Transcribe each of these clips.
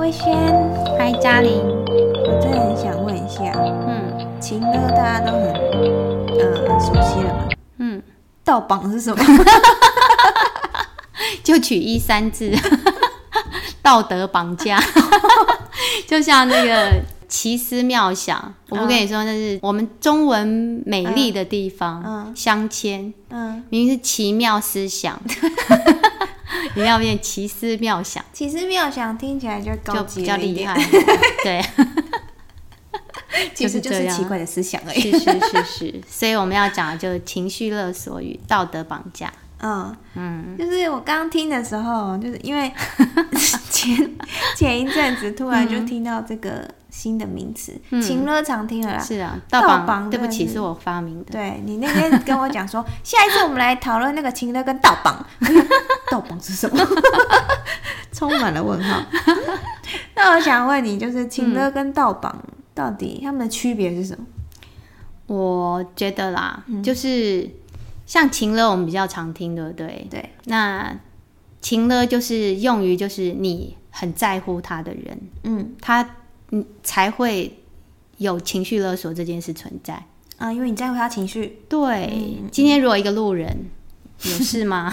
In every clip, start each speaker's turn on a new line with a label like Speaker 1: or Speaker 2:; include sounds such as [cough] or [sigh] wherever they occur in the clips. Speaker 1: 微轩，
Speaker 2: 嗨，嘉玲，
Speaker 1: 我真的很想问一下，
Speaker 2: 嗯
Speaker 1: 情歌大家都很呃熟悉了嘛？
Speaker 2: 嗯，
Speaker 1: 盗榜是什么？
Speaker 2: [laughs] 就取一三字， [laughs] 道德绑架， [laughs] 就像那个奇思妙想，我不跟你说，那是我们中文美丽的地方，
Speaker 1: 嗯
Speaker 2: 镶嵌，
Speaker 1: 嗯，
Speaker 2: 明明是奇妙
Speaker 1: [laughs]
Speaker 2: 思想，你要变奇思妙想，
Speaker 1: 其实妙想听起来就高
Speaker 2: 就
Speaker 1: 级
Speaker 2: 比较
Speaker 1: 了一
Speaker 2: 厉
Speaker 1: 点
Speaker 2: 害，， [laughs] 对。
Speaker 1: 其实就
Speaker 2: 就是
Speaker 1: 是
Speaker 2: 这样
Speaker 1: 奇怪的思想而
Speaker 2: [laughs]
Speaker 1: 已。
Speaker 2: 是是是是，所以我们要讲的就是情绪勒索与道德绑架。
Speaker 1: 嗯，
Speaker 2: 嗯，
Speaker 1: 就是我刚听的时候，就是因
Speaker 2: [laughs]
Speaker 1: 为前前一阵子突然就听到这个新的名词，
Speaker 2: 嗯
Speaker 1: 情乐常听了啦。
Speaker 2: 是啊，
Speaker 1: 盗
Speaker 2: 道
Speaker 1: 榜
Speaker 2: 绑，
Speaker 1: 真
Speaker 2: 对
Speaker 1: 的
Speaker 2: 不起，
Speaker 1: 是
Speaker 2: 是我发明的。
Speaker 1: 对你那天跟我讲说， [laughs] 下一次我们来讨论那个情乐跟盗榜， [laughs] 盗榜是什么？ [laughs] 充满了问号。 [laughs] 那我想问你，就是情乐跟盗榜到底他们的区别是什么？
Speaker 2: 我觉得啦，就是像情勒，我们比较常听，对不对？
Speaker 1: 对，
Speaker 2: 那情勒就是用于就是你很在乎他的人，
Speaker 1: 嗯
Speaker 2: 他嗯才会有情绪勒索这件事存在。
Speaker 1: 啊、因为你在乎他情绪，
Speaker 2: 对，今天如果一个路人有事吗？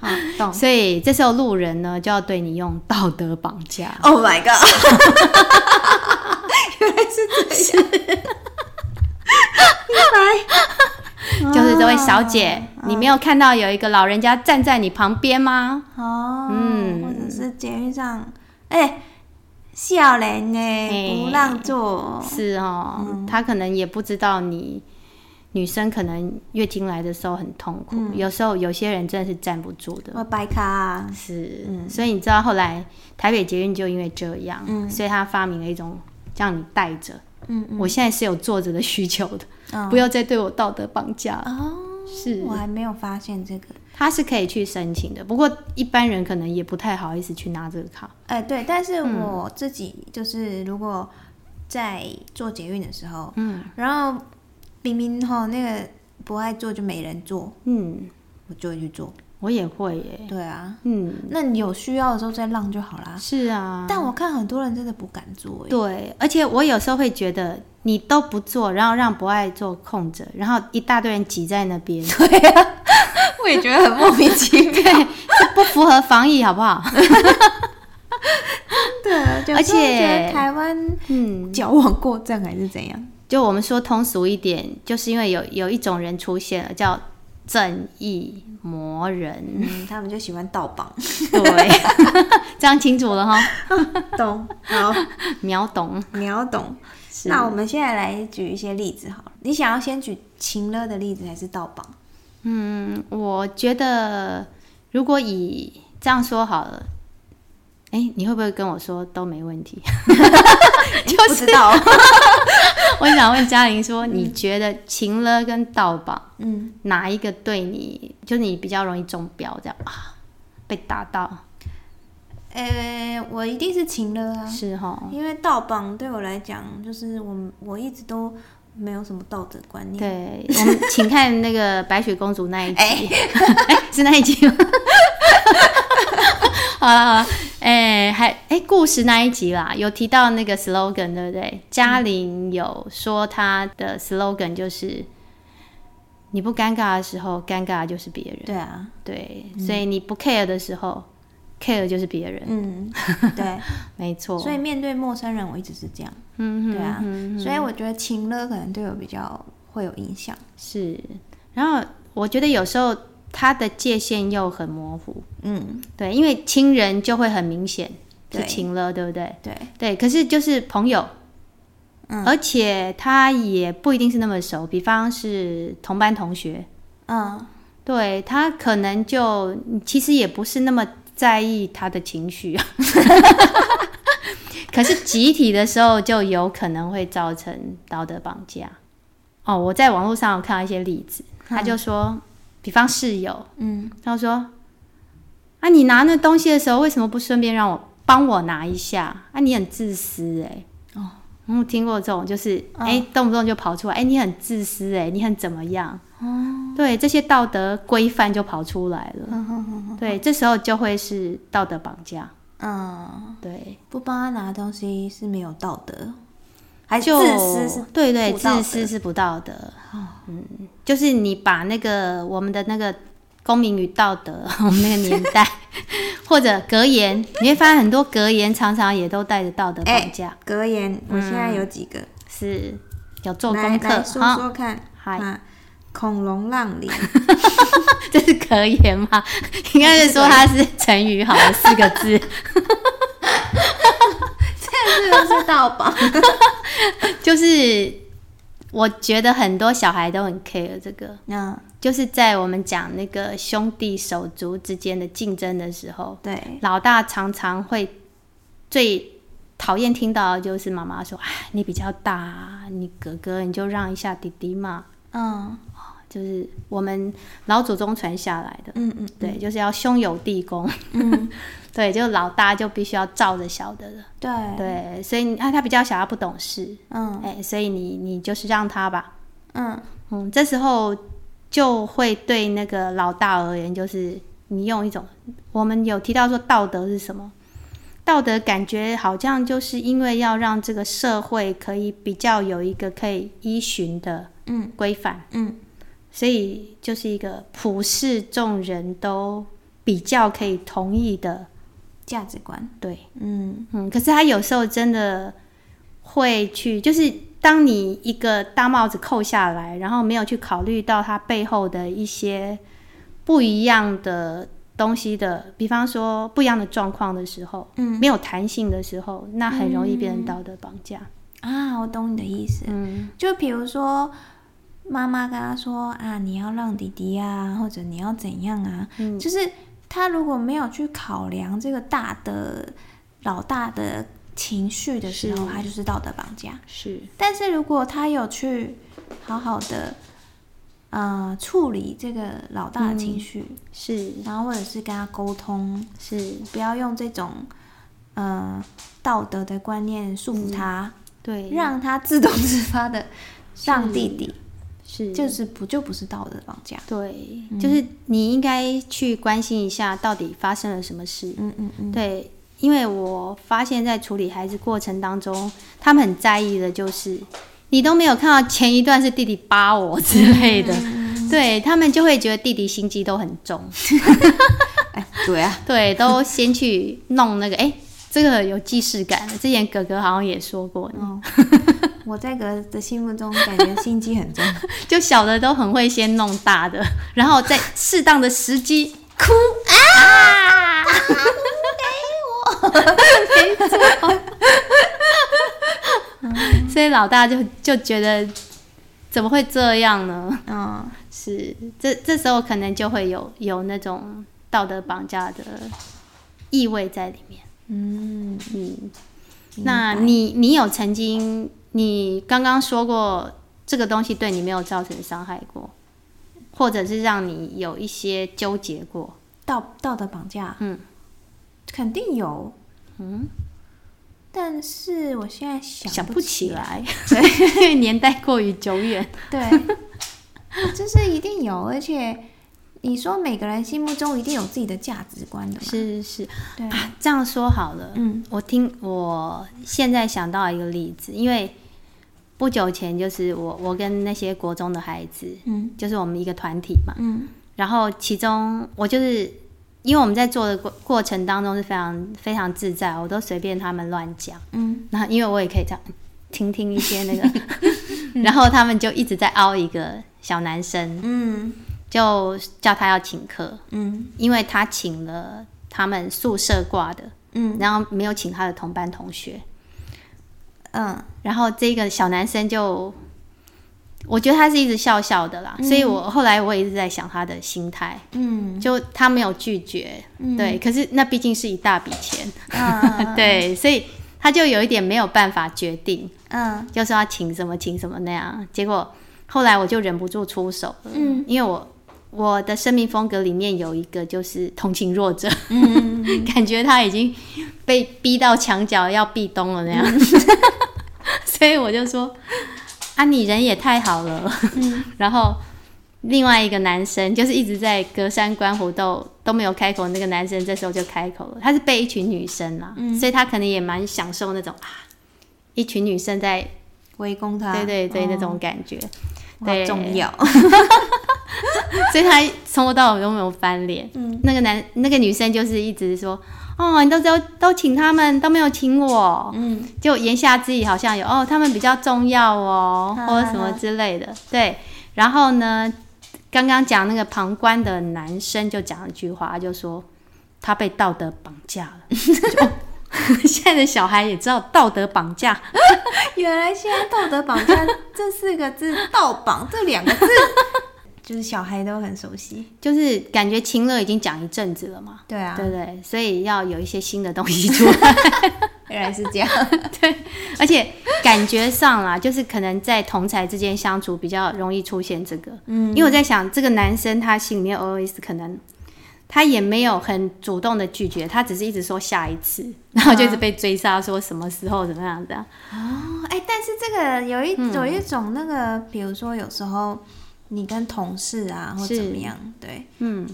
Speaker 1: 啊，懂。
Speaker 2: 所以这时候路人呢就要对你用道德绑架。
Speaker 1: Oh my god！原来是这样，明白，
Speaker 2: 就是这位小姐，你没有看到有一个老人家站在你旁边吗？
Speaker 1: 哦，
Speaker 2: 嗯
Speaker 1: 或者是捷运上，哎、笑人呢，
Speaker 2: 哎
Speaker 1: 不让座，
Speaker 2: 是哦，
Speaker 1: 嗯
Speaker 2: 她可能也不知道你女生可能月经来的时候很痛苦，
Speaker 1: 嗯
Speaker 2: 有时候有些人真的是站不住的。
Speaker 1: 我白卡、啊，
Speaker 2: 是，所以你知道后来台北捷运就因为这样，所以他发明了一种让你带着。
Speaker 1: 嗯
Speaker 2: 我现在是有坐着的需求的，
Speaker 1: 嗯
Speaker 2: [laughs] 不要再对我道德绑架了。
Speaker 1: 哦，
Speaker 2: 是，
Speaker 1: 我还没有发现这个，
Speaker 2: 他是可以去申请的，不过一般人可能也不太好意思去拿这个卡。
Speaker 1: 哎、对，但是我自己就是如果在做捷运的时候，嗯，然后明明吼那个不爱做就没人做，
Speaker 2: 嗯，
Speaker 1: 我就会去做，
Speaker 2: 我也会耶。
Speaker 1: 对啊，
Speaker 2: 嗯，
Speaker 1: 那你有需要的时候再让就好啦。
Speaker 2: 是啊，
Speaker 1: 但我看很多人真的不敢 [laughs] 做、欸，
Speaker 2: 对，而且我有时候会觉得你都不做，然后让不爱做空着，然后一大堆人挤在那边，
Speaker 1: 我也觉得很莫名其妙。
Speaker 2: 对，这不符合防疫，好不好？
Speaker 1: 对，有
Speaker 2: 而
Speaker 1: 时候
Speaker 2: 且
Speaker 1: 觉得台湾
Speaker 2: 嗯，
Speaker 1: 矫枉过正还是怎样？
Speaker 2: 就我们说通俗一点，就是因为有有一种人出现了，叫正义魔人，
Speaker 1: 嗯，他们就喜欢盗榜，
Speaker 2: 对， [laughs] 这样清楚了哈，
Speaker 1: [laughs] 懂？好，
Speaker 2: 秒懂。
Speaker 1: 秒 [laughs] 懂。那我们现在来举一些例子好了。你想要先举情乐的例子还是盗榜？
Speaker 2: 嗯，我觉得如果以这样说好了，哎、你会不会跟我说都没问题？
Speaker 1: [laughs] 就是、不知道。
Speaker 2: [laughs] 我想问嘉玲说，你觉得情勒跟盗榜
Speaker 1: 嗯，
Speaker 2: 哪一个对你，就你比较容易中标这样啊？被打到
Speaker 1: 呃，我一定是情乐啊，
Speaker 2: 是哈？
Speaker 1: 因为盗榜对我来讲，就是我我一直都没有什么道德观念。
Speaker 2: 对，我们请看那个白雪公主那一集，
Speaker 1: 哎
Speaker 2: [laughs] 哎、是那一集吗？ [laughs] 好了好了，哎、还哎、故事那一集啦，有提到那个 slogan 对不对？嘉玲有说她的 slogan 就是。你不尴尬的时候，尴尬的就是别人。
Speaker 1: 对啊，
Speaker 2: 对，所以你不 care 的时候、c a r e 就是别人。
Speaker 1: 嗯，
Speaker 2: [laughs]
Speaker 1: 对。
Speaker 2: 没错，
Speaker 1: 所以面对陌生人，我一直是这样。
Speaker 2: 嗯
Speaker 1: 对啊，
Speaker 2: 嗯
Speaker 1: 所以我觉得情乐可能对我比较会有影响。
Speaker 2: 是。然后我觉得有时候它的界限又很模糊。
Speaker 1: 嗯，
Speaker 2: 对，因为亲人就会很明显
Speaker 1: 对
Speaker 2: 是亲了，对不对？
Speaker 1: 对，
Speaker 2: 对，可是就是朋友，
Speaker 1: 嗯
Speaker 2: 而且他也不一定是那么熟，比方是同班同学，
Speaker 1: 嗯，
Speaker 2: 对他可能就其实也不是那么在意他的情绪， [laughs] 可是集体的时候就有可能会造成道德绑架。哦，我在网络上有看到一些例子，他就说，比方室友，
Speaker 1: 嗯，
Speaker 2: 他说：“啊，你拿那东西的时候，为什么不顺便让我帮我拿一下？啊，你很自私哎、哦，我听过这种，就是哎、动不动就跑出来，哎、你很自私哎、你很怎么样？哦，对，这些道德规范就跑出来了。对，这时候就会是道德绑架。
Speaker 1: 嗯，
Speaker 2: 对，
Speaker 1: 不帮他拿东西是没有道德，还是
Speaker 2: 就
Speaker 1: 哎自私是
Speaker 2: 对对，
Speaker 1: 不道
Speaker 2: 自
Speaker 1: 德哦
Speaker 2: 私是不道德。嗯，就是你把那个我们的那个公民与道德， [laughs] 我们那个年代或者格言，你会发现很多格言常常也都带着道德
Speaker 1: 哎
Speaker 2: 绑架，
Speaker 1: 格言。我现在有几个，
Speaker 2: 是有嗯做
Speaker 1: 来
Speaker 2: 功课
Speaker 1: 来
Speaker 2: 啊。
Speaker 1: 说说看。
Speaker 2: 嗨 [laughs]
Speaker 1: 啊，孔融让梨，
Speaker 2: 这是格言吗？应该是说它是成语，好了，四个字。
Speaker 1: [laughs]
Speaker 2: [laughs]
Speaker 1: 这个是盗宝。
Speaker 2: 就是我觉得很多小孩都很 care 这个，
Speaker 1: 嗯，
Speaker 2: 就是在我们讲那个兄弟手足之间的竞争的时候，
Speaker 1: 对，
Speaker 2: 老大常常会最讨厌听到的就是妈妈说：“哎，你比较大啊，你哥哥你就让一下弟弟嘛。
Speaker 1: 嗯”
Speaker 2: 就是我们老祖宗传下来的，
Speaker 1: 嗯嗯，
Speaker 2: 对，就是要兄友弟恭。 [laughs]
Speaker 1: 嗯，
Speaker 2: 对，就老大就必须要罩着小的了。
Speaker 1: 对，
Speaker 2: 对，所以你啊，他比较小，他不懂事，
Speaker 1: 嗯
Speaker 2: 哎、所以你你就是让他吧，
Speaker 1: 嗯，
Speaker 2: 嗯，这时候就会对那个老大而言，就是你用一种我们有提到说道德是什么，道德感觉好像就是因为要让这个社会可以比较有一个可以依循的
Speaker 1: 嗯
Speaker 2: 规范，
Speaker 1: 嗯，
Speaker 2: 所以就是一个普世众人都比较可以同意的，
Speaker 1: 价值观，
Speaker 2: 对。
Speaker 1: 嗯
Speaker 2: 嗯，可是他有时候真的会去，就是当你一个大帽子扣下来，然后没有去考虑到它背后的一些不一样的东西的，比方说不一样的状况的时候，
Speaker 1: 嗯
Speaker 2: 没有弹性的时候，那很容易变成道德绑架。
Speaker 1: 啊，我懂你的意思。
Speaker 2: 嗯，
Speaker 1: 就比如说，妈妈跟他说啊，你要让弟弟啊，或者你要怎样啊，
Speaker 2: 嗯
Speaker 1: 就是他如果没有去考量这个大的老大的情绪的时候，
Speaker 2: 是
Speaker 1: 他就是道德绑架。
Speaker 2: 是，
Speaker 1: 但是如果他有去好好的呃处理这个老大的情绪，
Speaker 2: 是，
Speaker 1: 然后或者是跟他沟通，
Speaker 2: 是，
Speaker 1: 不要用这种呃道德的观念束缚他。
Speaker 2: 对，
Speaker 1: 让他自动自发的让弟弟，
Speaker 2: 是
Speaker 1: 就是不就不是道德绑架。
Speaker 2: 对，就是你应该去关心一下到底发生了什么事。
Speaker 1: 嗯嗯嗯，
Speaker 2: 对，因为我发现，在处理孩子过程当中，他们很在意的就是你都没有看到前一段是弟弟扒我之类的，
Speaker 1: 嗯
Speaker 2: [laughs] 对他们就会觉得弟弟心机都很重，
Speaker 1: 哎，对啊，
Speaker 2: 对，都先去弄那个，哎、这个有既视感。之前哥哥好像也说过，
Speaker 1: [laughs] 哦，我在哥的心目中感觉心机很重。
Speaker 2: 就小的都很会先弄大的，然后在适当的时机哭啊，给我，没错。所以老大就就觉得怎么会这样呢？
Speaker 1: [laughs] 嗯，
Speaker 2: 是这这时候可能就会有有那种道德绑架的意味在里面。
Speaker 1: 嗯，
Speaker 2: 嗯，
Speaker 1: 明白
Speaker 2: 那你你有曾经你刚刚说过这个东西对你没有造成伤害过，或者是让你有一些纠结过？
Speaker 1: 道道德绑架
Speaker 2: 嗯
Speaker 1: 肯定有，
Speaker 2: 嗯，
Speaker 1: 但是我现在想
Speaker 2: 想
Speaker 1: 不
Speaker 2: 不起
Speaker 1: 来。
Speaker 2: 来， [laughs] 因为年代过于久远。 [laughs]
Speaker 1: 对，就是一定有，而且你说每个人心目中一定有自己的价值观的嘛。
Speaker 2: 是是
Speaker 1: 对，
Speaker 2: 啊，这样说好了。
Speaker 1: 嗯
Speaker 2: 我听我现在想到一个例子，因为不久前就是我我跟那些国中的孩子，
Speaker 1: 嗯
Speaker 2: 就是我们一个团体嘛，
Speaker 1: 嗯
Speaker 2: 然后其中我就是因为我们在做的过过程当中是非常非常自在，我都随便他们乱讲，
Speaker 1: 嗯
Speaker 2: 然后因为我也可以这样听听一些那个， [laughs] 然后他们就一直在凹一个小男生，
Speaker 1: 嗯
Speaker 2: 就叫他要请客，
Speaker 1: 嗯
Speaker 2: 因为他请了他们宿舍挂的，
Speaker 1: 嗯
Speaker 2: 然后没有请他的同班同学，
Speaker 1: 嗯，
Speaker 2: 然后这个小男生就，我觉得他是一直笑笑的啦，所以我后来我也一直在想他的心态。
Speaker 1: 嗯，
Speaker 2: 就他没有拒绝，
Speaker 1: 嗯
Speaker 2: 对，可是那毕竟是一大笔钱，
Speaker 1: 嗯
Speaker 2: [laughs] 对，所以他就有一点没有办法决定，
Speaker 1: 嗯
Speaker 2: 就说要请什么请什么那样。结果后来我就忍不住出手了，
Speaker 1: 嗯，
Speaker 2: 因为我我的生命风格里面有一个就是同情弱者， [laughs]
Speaker 1: 嗯，
Speaker 2: 感觉他已经被逼到墙角要壁咚了那
Speaker 1: 嗯
Speaker 2: [laughs] 样，
Speaker 1: 嗯
Speaker 2: [laughs] 所以我就说啊，你人也太好了，然后另外一个男生，就是一直在隔山观虎斗都没有开口，那个男生这时候就开口了。他是被一群女生啦，
Speaker 1: 嗯
Speaker 2: 所以他可能也蛮享受那种啊，一群女生在，
Speaker 1: 围攻他，
Speaker 2: 对对对，
Speaker 1: 哦
Speaker 2: 那种感觉。
Speaker 1: 哇
Speaker 2: 对
Speaker 1: 重要，
Speaker 2: [laughs] 所以他从头到尾都没有翻脸。嗯，那个男那个女生就是一直说，哦，你都都都请他们，都没有请我。嗯，就言下之意好像有哦，他们比较重要哦，
Speaker 1: 哈哈哈
Speaker 2: 或者什么之类的。对，然后呢，刚刚讲那个旁观的男生就讲了一句话，就说他被道德绑架了。
Speaker 1: [laughs]
Speaker 2: 就哦现在的小孩也知道道德绑架，
Speaker 1: 原来现在道德绑架这四个字，道绑这两个字， [laughs] 就是小孩都很熟悉。
Speaker 2: 就是感觉秦乐已经讲一阵子了嘛，
Speaker 1: 对啊，
Speaker 2: 对不对？所以要有一些新的东西出来。
Speaker 1: 原来是这 [laughs] 样。
Speaker 2: [laughs] 而且感觉上啦，就是可能在同才之间相处比较容易出现这个。嗯，因为我在想，这个男生他心里面 always 可能他也没有很主动的拒绝，他只是一直说下一次，然后就一直被追杀，说什么时候怎么样的。
Speaker 1: 哦，哎，但是这个有一、有一种那个，比如说有时候你跟同事啊，或
Speaker 2: 是
Speaker 1: 怎么样，对，
Speaker 2: 嗯，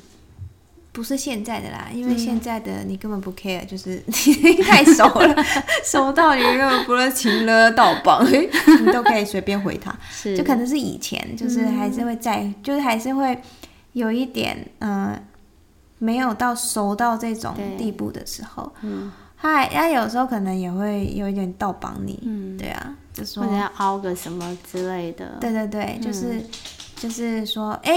Speaker 1: 不是现在的啦，因为现在的你根本不 care，就是 [laughs] 你太熟 [laughs] 了，熟到你根本不论情了到绑，你都可以随便回他。
Speaker 2: 是，
Speaker 1: 就可能是以前，就是还是会在，就是还是会有一点，嗯、没有到熟到这种
Speaker 2: 对
Speaker 1: 地步的时候，嗯，他还他有时候可能也会有一点倒帮你，嗯，对啊，就说
Speaker 2: 或者，要凹个什么之类的。
Speaker 1: 对对对，就是、嗯就是说，哎、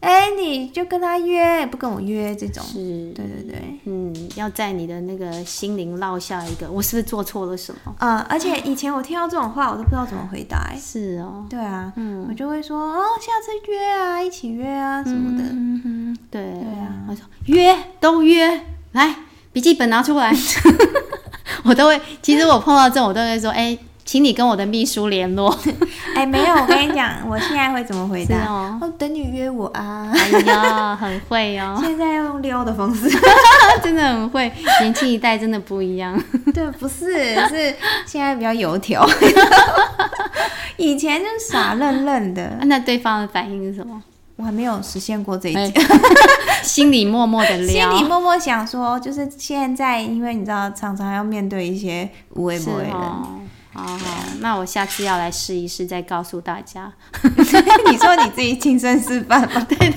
Speaker 1: 哎、你就跟他约，不跟我约这种，
Speaker 2: 是，
Speaker 1: 对对对，
Speaker 2: 嗯，要在你的那个心灵落下一个，我是不是做错了什么？
Speaker 1: 嗯，而且以前我听到这种话，我都不知道怎么回答、哎
Speaker 2: 是哦，
Speaker 1: 对啊，
Speaker 2: 嗯
Speaker 1: 我就会说，哦，下次约啊，一起约啊什么的。
Speaker 2: 嗯哼，对，对
Speaker 1: 啊
Speaker 2: 我说约都约，来笔记本拿出来，我都会。其实我碰到这种，我都会说，哎、请你跟我的秘书联络。
Speaker 1: [laughs] 哎、没有，我跟你讲，我现在会怎么回答？
Speaker 2: 是哦
Speaker 1: 等你约我啊！
Speaker 2: 哎呀，很会哦，
Speaker 1: 现在要用撩的方式，
Speaker 2: [laughs]
Speaker 1: [laughs]
Speaker 2: 真的很会。年轻一代真的不一样，
Speaker 1: 对，不是，是现在比较油条， [laughs] 以前就是傻愣愣的，
Speaker 2: 那对方的反应是什么？
Speaker 1: 我还没有实现过这一
Speaker 2: 哎
Speaker 1: 点。
Speaker 2: 心里默默的
Speaker 1: 心
Speaker 2: 撩，
Speaker 1: 里默默想说，就是现在，因为你知道，常常要面对一些无微
Speaker 2: 是
Speaker 1: 不微的，
Speaker 2: 哦。好好，那我下次要来试一试，再告诉大家。哦
Speaker 1: [laughs] 你说你自己亲身示范吗？对，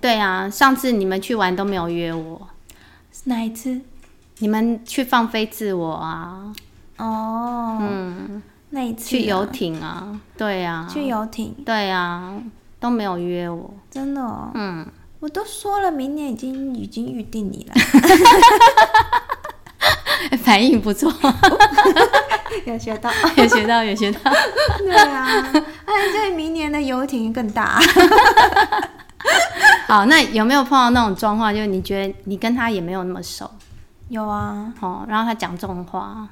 Speaker 2: 对啊，上次你们去玩都没有约我，
Speaker 1: 哪一次？
Speaker 2: 你们去放飞自我啊，
Speaker 1: 哦，
Speaker 2: 嗯，
Speaker 1: 那一次啊
Speaker 2: 去游艇啊，对啊，
Speaker 1: 去游艇，
Speaker 2: 对啊，都没有约我。
Speaker 1: 真的哦，
Speaker 2: 嗯， [laughs]
Speaker 1: 我都说了，明年已经已经预定你了。
Speaker 2: 反应不错，
Speaker 1: [laughs] 有学到，
Speaker 2: [laughs] 有学到有学到。
Speaker 1: 对啊， [laughs] 哎，对，明年的游艇更 [laughs] 大，
Speaker 2: [laughs] 好，那有没有碰到那种状况，就是你觉得你跟他也没有那么熟，
Speaker 1: 有啊，
Speaker 2: 哦，然后他讲这种话，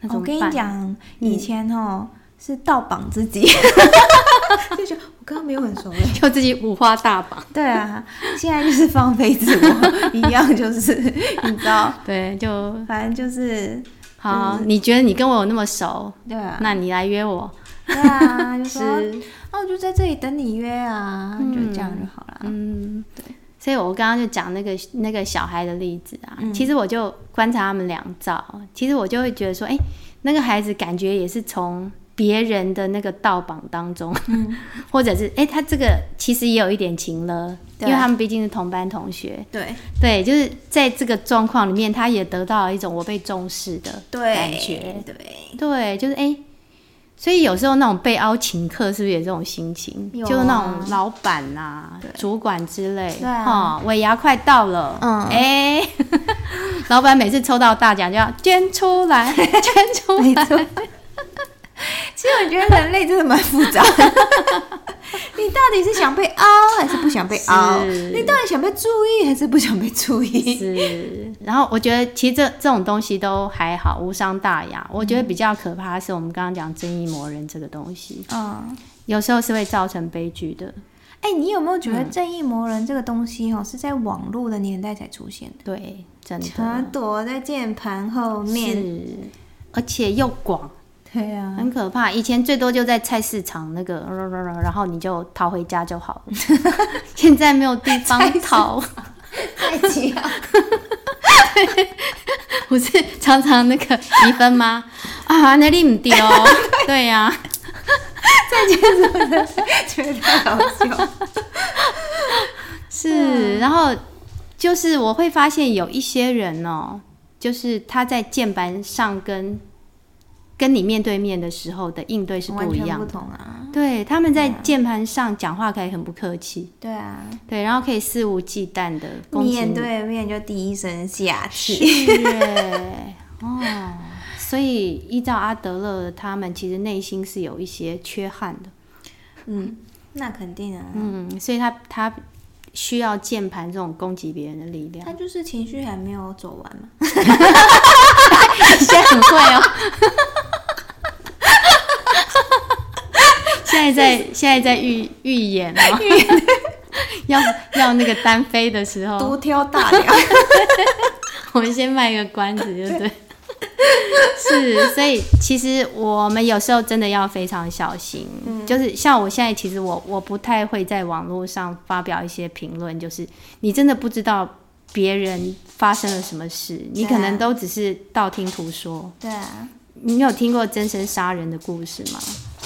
Speaker 2: 那怎
Speaker 1: 我
Speaker 2: 么办？
Speaker 1: 跟你讲，以前哦是倒绑自 [laughs] 己，就觉得我刚刚没有很熟欸了。
Speaker 2: 就自己五花大绑，
Speaker 1: 对啊，现在就是放飞自我，一样 [laughs] 就是你知道，
Speaker 2: 对，就
Speaker 1: 反正就是
Speaker 2: 好。你觉得你跟我有那么熟，
Speaker 1: 对啊，
Speaker 2: 那你来约我，
Speaker 1: 对啊，就说
Speaker 2: 是
Speaker 1: 那我就在这里等你约啊，就这样就好了。
Speaker 2: 嗯，对。所以我刚刚就讲那个那个小孩的例子啊，其实我就观察他们两照，其实我就会觉得说，哎、那个孩子感觉也是从别人的那个盗榜当中， [laughs] 或者是哎、诶他这个其实也有一点情了，因
Speaker 1: 对
Speaker 2: 为他们毕竟是同班同学，
Speaker 1: 对
Speaker 2: 对，就是在这个状况里面，他也得到了一种我被重视的感觉，
Speaker 1: 对对，
Speaker 2: 对，就是哎、所以有时候那种被凹请客，是不是有这种心情？
Speaker 1: 有啊
Speaker 2: 就是那种老板呐、主管之类，
Speaker 1: 对啊
Speaker 2: 哦，尾牙快到了，
Speaker 1: 嗯
Speaker 2: 哎、 [laughs] 老板每次抽到大奖就要捐出
Speaker 1: [laughs]
Speaker 2: 来，捐出
Speaker 1: 没
Speaker 2: 来，
Speaker 1: 错。其实我觉得人类真的蛮复
Speaker 2: [laughs]
Speaker 1: 杂的。你到底是想被凹还是不想被凹？
Speaker 2: 是
Speaker 1: 你到底想被注意还是不想被注意？
Speaker 2: 是。然后我觉得其实这这种东西都还好，无伤大雅。我
Speaker 1: 嗯
Speaker 2: 觉得比较可怕的是我们刚刚讲正义魔人这个东西，
Speaker 1: 嗯，
Speaker 2: 有时候是会造成悲剧的。
Speaker 1: 哎、你有没有觉得正义魔人这个东西哦，是在网络的年代才出现的？
Speaker 2: 对，真的
Speaker 1: 他躲在键盘后面，
Speaker 2: 是，而且又广。
Speaker 1: 对啊呀、
Speaker 2: [laughs] 很可怕。以前最多就在菜市场那个，然后你就逃回家就好了。 [laughs] 现在没有地方逃，
Speaker 1: 太急了。
Speaker 2: 不是常常那个离婚吗？啊，那你唔对哦，对呀、
Speaker 1: [laughs] 觉得太好笑。嗯
Speaker 2: 是。然后就是我会发现有一些人哦，就是他在键盘上跟跟你面对面的时候的应对 [laughs] 是
Speaker 1: 完
Speaker 2: 不一
Speaker 1: 全
Speaker 2: 样
Speaker 1: 不
Speaker 2: 的。
Speaker 1: 同啊。
Speaker 2: 对，他们在键盘上讲话可以很不客气，
Speaker 1: 对啊，
Speaker 2: 对，然后可以肆无忌惮的攻击
Speaker 1: 面
Speaker 2: 你。
Speaker 1: 对面就第一声下气。
Speaker 2: 是嗯耶 [laughs] 哦，所以依照阿德勒他们，其实内心是有一些缺憾的。
Speaker 1: 嗯，那肯定啊。
Speaker 2: 嗯，所以他他需要键盘这种攻击别人的力量。
Speaker 1: 他就是情绪还没有走完嘛。
Speaker 2: [laughs] 现在很会哦。 [laughs] 现在 [laughs] 在现在在预预演哦， [laughs] 要要那个单飞的时候，
Speaker 1: 独挑大 [laughs] 梁。
Speaker 2: [laughs] 我们先卖个关子，对不对？ [laughs] 是，所以其实我们有时候真的要非常小心。就是像我现在，其实我我不太会在网络上发表一些评论，就是你真的不知道别人发生了什么事，你可能都只是道听途说。
Speaker 1: 对啊，
Speaker 2: 你有听过真身杀人的故事吗？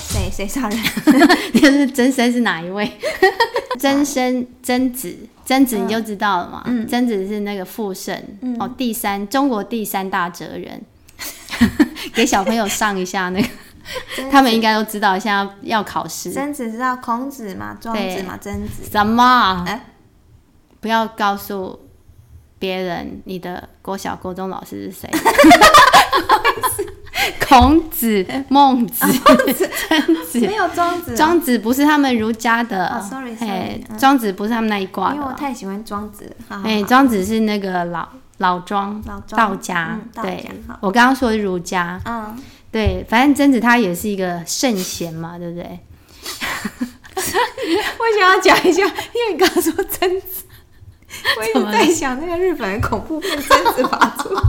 Speaker 1: 谁谁杀 [laughs] 人？
Speaker 2: [laughs] 就是真身是哪一位？ [laughs] 真身贞子，贞子你就知道了嘛。贞子是那个傅盛、哦，第三中国第三大哲人。 [laughs] 给小朋友上一下那个，他们应该都知道，现在要考试。
Speaker 1: 曾子知道孔子嘛，庄子嘛，曾子。
Speaker 2: 什么？
Speaker 1: 哎
Speaker 2: 不要告诉别人你的国小、国中老师是谁。 [laughs] 孔子、孟子、曾子，
Speaker 1: 没有庄子，
Speaker 2: 庄子不是他们儒家的，
Speaker 1: 啊哦，sorry，
Speaker 2: 哎
Speaker 1: sorry，嗯
Speaker 2: 庄子不是他们那一挂
Speaker 1: 因为我
Speaker 2: 的，
Speaker 1: 太喜欢庄子了。好好
Speaker 2: 哎，
Speaker 1: 好
Speaker 2: 庄子是那个老老庄
Speaker 1: 老庄
Speaker 2: 道家
Speaker 1: 嗯，道家
Speaker 2: 对
Speaker 1: 好，
Speaker 2: 我刚刚说的儒家，
Speaker 1: 嗯，
Speaker 2: 对，反正曾子他也是一个圣贤嘛，对不
Speaker 1: [laughs]
Speaker 2: 对？
Speaker 1: [laughs] 我想要讲一下，因为你刚刚说贞子， [laughs] 我一直在想那个日本的恐怖片贞子发出 [laughs] 来。